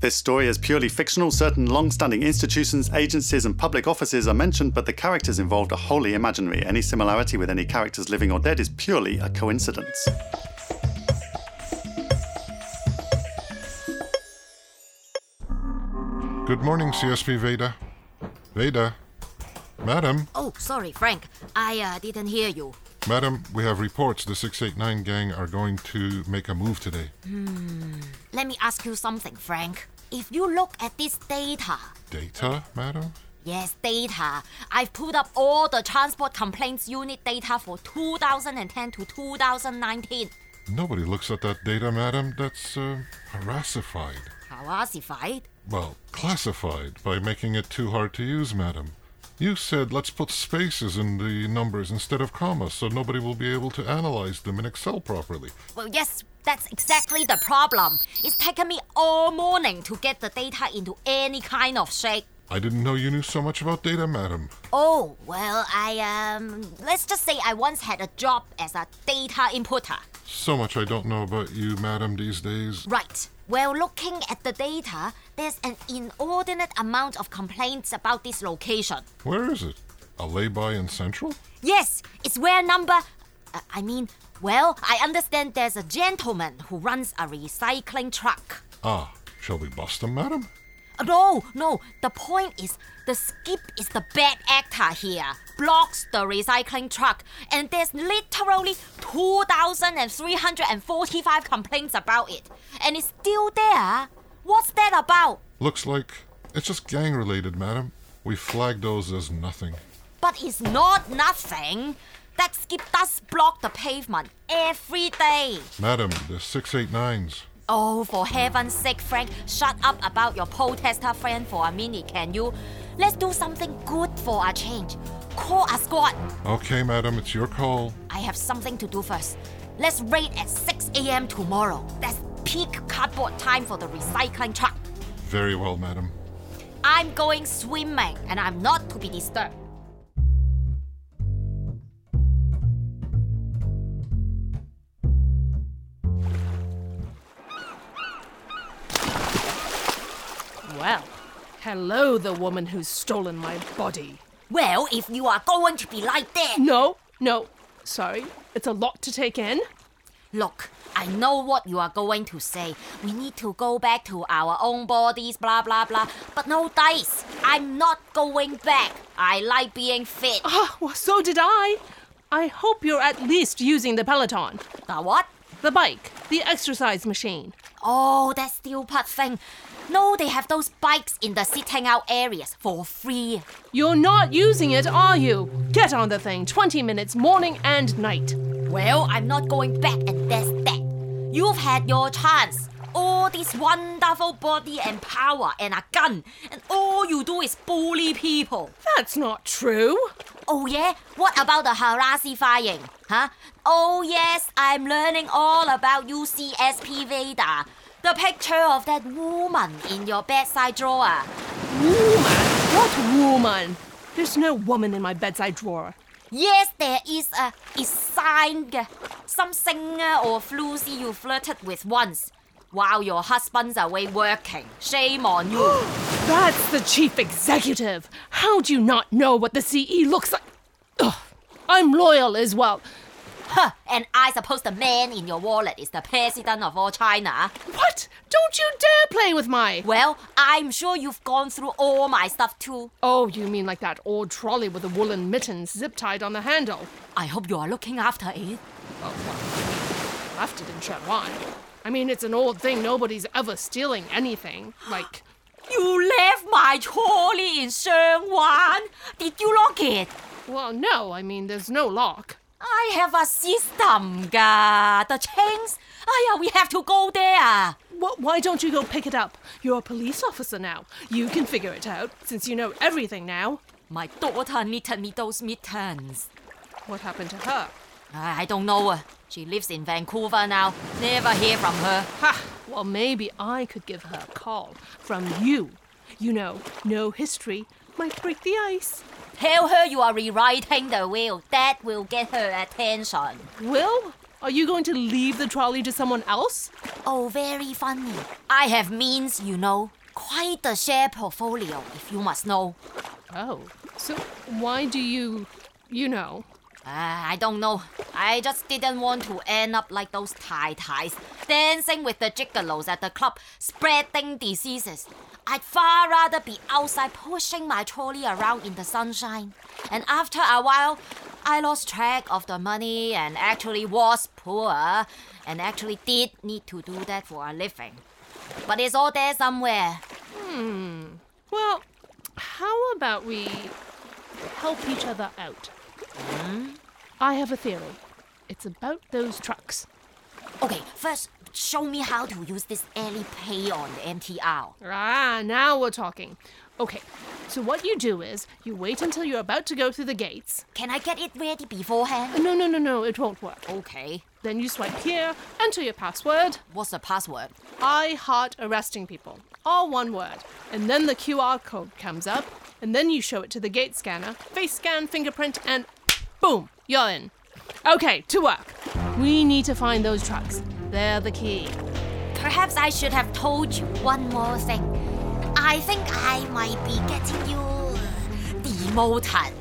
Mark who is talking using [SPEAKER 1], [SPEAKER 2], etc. [SPEAKER 1] This story is purely fictional. Certain long standing institutions, agencies, and public offices are mentioned, but the characters involved are wholly imaginary. Any similarity with any characters living or dead is purely a coincidence.
[SPEAKER 2] Good morning, CSP Veda. Veda. Madam,
[SPEAKER 3] Oh, sorry, Frank. I uh, didn't hear you.
[SPEAKER 2] madam, we have reports the 689 gang are going to make a move today.
[SPEAKER 3] Let me ask you something, Frank. If you look at this data,
[SPEAKER 2] Data, madam?
[SPEAKER 3] yes, data, I've pulled up all the transport complaints unit data for 2010 to 2019.
[SPEAKER 2] Nobody looks at that data, madam. That's uh, harassified.
[SPEAKER 3] Classified?
[SPEAKER 2] Well, classified by making it too hard to use, madam. You said let's put spaces in the numbers instead of commas so nobody will be able to analyze them in Excel properly.
[SPEAKER 3] Well, yes, that's exactly the problem. It's taken me all morning to get the data into any kind of shape.
[SPEAKER 2] I didn't know you knew so much about data, madam.
[SPEAKER 3] Oh, well, I, um, let's just say I once had a job as a data inputter.
[SPEAKER 2] So much I don't know about you, madam, these days.
[SPEAKER 3] Right. Well, looking at the data, there's an inordinate amount of complaints about this location.
[SPEAKER 2] Where is it? A lay-by in Central?
[SPEAKER 3] Yes, it's where number. Uh, I mean, well, I understand there's a gentleman who runs a recycling truck.
[SPEAKER 2] Ah, shall we bust them, madam?
[SPEAKER 3] Uh, No, no, the point is the skip is the bad actor here, blocks the recycling truck, and there's literally 2,345 complaints about it. And it's still there. What's that about?
[SPEAKER 2] Looks like it's just gang-related, madam. We flagged those as nothing.
[SPEAKER 3] But it's not nothing. That skip does block the pavement every day.
[SPEAKER 2] Madam, the 689s.
[SPEAKER 3] Oh, for heaven's sake, Frank, shut up about your protester friend for a minute, can you? Let's do something good for a change. Call a squad.
[SPEAKER 2] Okay, madam, it's your call.
[SPEAKER 3] I have something to do first. Let's raid at 6 a.m. tomorrow. That's peak cardboard time for the recycling truck.
[SPEAKER 2] Very well, madam.
[SPEAKER 3] I'm going swimming and I'm not to be disturbed.
[SPEAKER 4] Well, hello, the woman who's stolen my body.
[SPEAKER 3] Well, if you are going to be like that,
[SPEAKER 4] No, no, sorry. It's a lot to take in.
[SPEAKER 3] Look, I know what you are going to say. We need to go back to our own bodies, blah blah blah. But no dice. I'm not going back. I like being fit.
[SPEAKER 4] Ah, well, so did I. I hope you're at least using the Peloton,
[SPEAKER 3] The what?
[SPEAKER 4] the bike, the exercise machine.
[SPEAKER 3] Oh, that stupid thing. No, they have those bikes in the sitting out areas for free.
[SPEAKER 4] You're not using it, are you? Get on the thing 20 minutes morning and night.
[SPEAKER 3] Well, I'm not going back, and that's that. You've had your chance. All this wonderful body and power and a gun, and all you do is bully people.
[SPEAKER 4] That's not true.
[SPEAKER 3] Oh yeah? What about the harassifying? Huh? Oh yes, I'm learning all about UCSP Veda. The picture of that woman in your bedside drawer.
[SPEAKER 4] Woman? What woman? There's no woman in my bedside drawer.
[SPEAKER 3] Yes, there is a is signed some singer or floozy you flirted with once while your husband's away working. Shame on you.
[SPEAKER 4] That's the chief executive. How do you not know what the CE looks like? Ugh, I'm loyal as well.
[SPEAKER 3] huh. And I suppose the man in your wallet is the president of all China.
[SPEAKER 4] What? Don't you dare play with my.
[SPEAKER 3] Well, I'm sure you've gone through all my stuff too.
[SPEAKER 4] Oh, you mean like that old trolley with the woolen mittens zip tied on the handle?
[SPEAKER 3] I hope you are looking after it.
[SPEAKER 4] Left it in Shanghai. I mean, it's an old thing. Nobody's ever stealing anything. Like,
[SPEAKER 3] You left my trolley in Shangwan. Did you lock it?
[SPEAKER 4] well, no, I mean, there's no lock.
[SPEAKER 3] I have a system, ga. The chains. Ah, yeah, we have to go there.
[SPEAKER 4] Wh- why don't you go pick it up? You're a police officer now. You can figure it out, since you know everything now.
[SPEAKER 3] My daughter knitted me those mittens.
[SPEAKER 4] What happened to her?
[SPEAKER 3] I I don't know. ah. She lives in Vancouver now. Never hear from her.
[SPEAKER 4] Ha! Well, maybe I could give her a call from you. You know, no history might break the ice.
[SPEAKER 3] Tell her you are rewriting the will. That will get her attention.
[SPEAKER 4] Will? Are you going to leave the trolley to someone else?
[SPEAKER 3] Oh, very funny. I have means, you know. Quite the share portfolio, if you must know.
[SPEAKER 4] Oh. So why do you, you know?
[SPEAKER 3] Ah, I don't know. I just didn't want to end up like those Thai Thais, dancing with the gigolos at the club, spreading diseases. I'd far rather be outside pushing my trolley around in the sunshine. And after a while, I lost track of the money and actually was poor and actually did need to do that for a living. But it's all there somewhere.
[SPEAKER 4] Well, how about we help each other out? Hmm? I have a theory. It's about those trucks.
[SPEAKER 3] Okay, first, show me how to use this Alley Pay on the MTR.
[SPEAKER 4] Ah, now we're talking. Okay, so what you do is you wait until you're about to go through the gates.
[SPEAKER 3] Can I get it ready beforehand?
[SPEAKER 4] No, no, no, no, it won't work.
[SPEAKER 3] Okay.
[SPEAKER 4] Then you swipe here, enter your password.
[SPEAKER 3] What's the password?
[SPEAKER 4] I heart arresting people. All one word. And then the QR code comes up, and then you show it to the gate scanner, face scan, fingerprint, and boom, you're in. Okay, to work. We need to find those trucks. They're the key.
[SPEAKER 3] Perhaps I should have told you one more thing. I think I might be getting you demoted.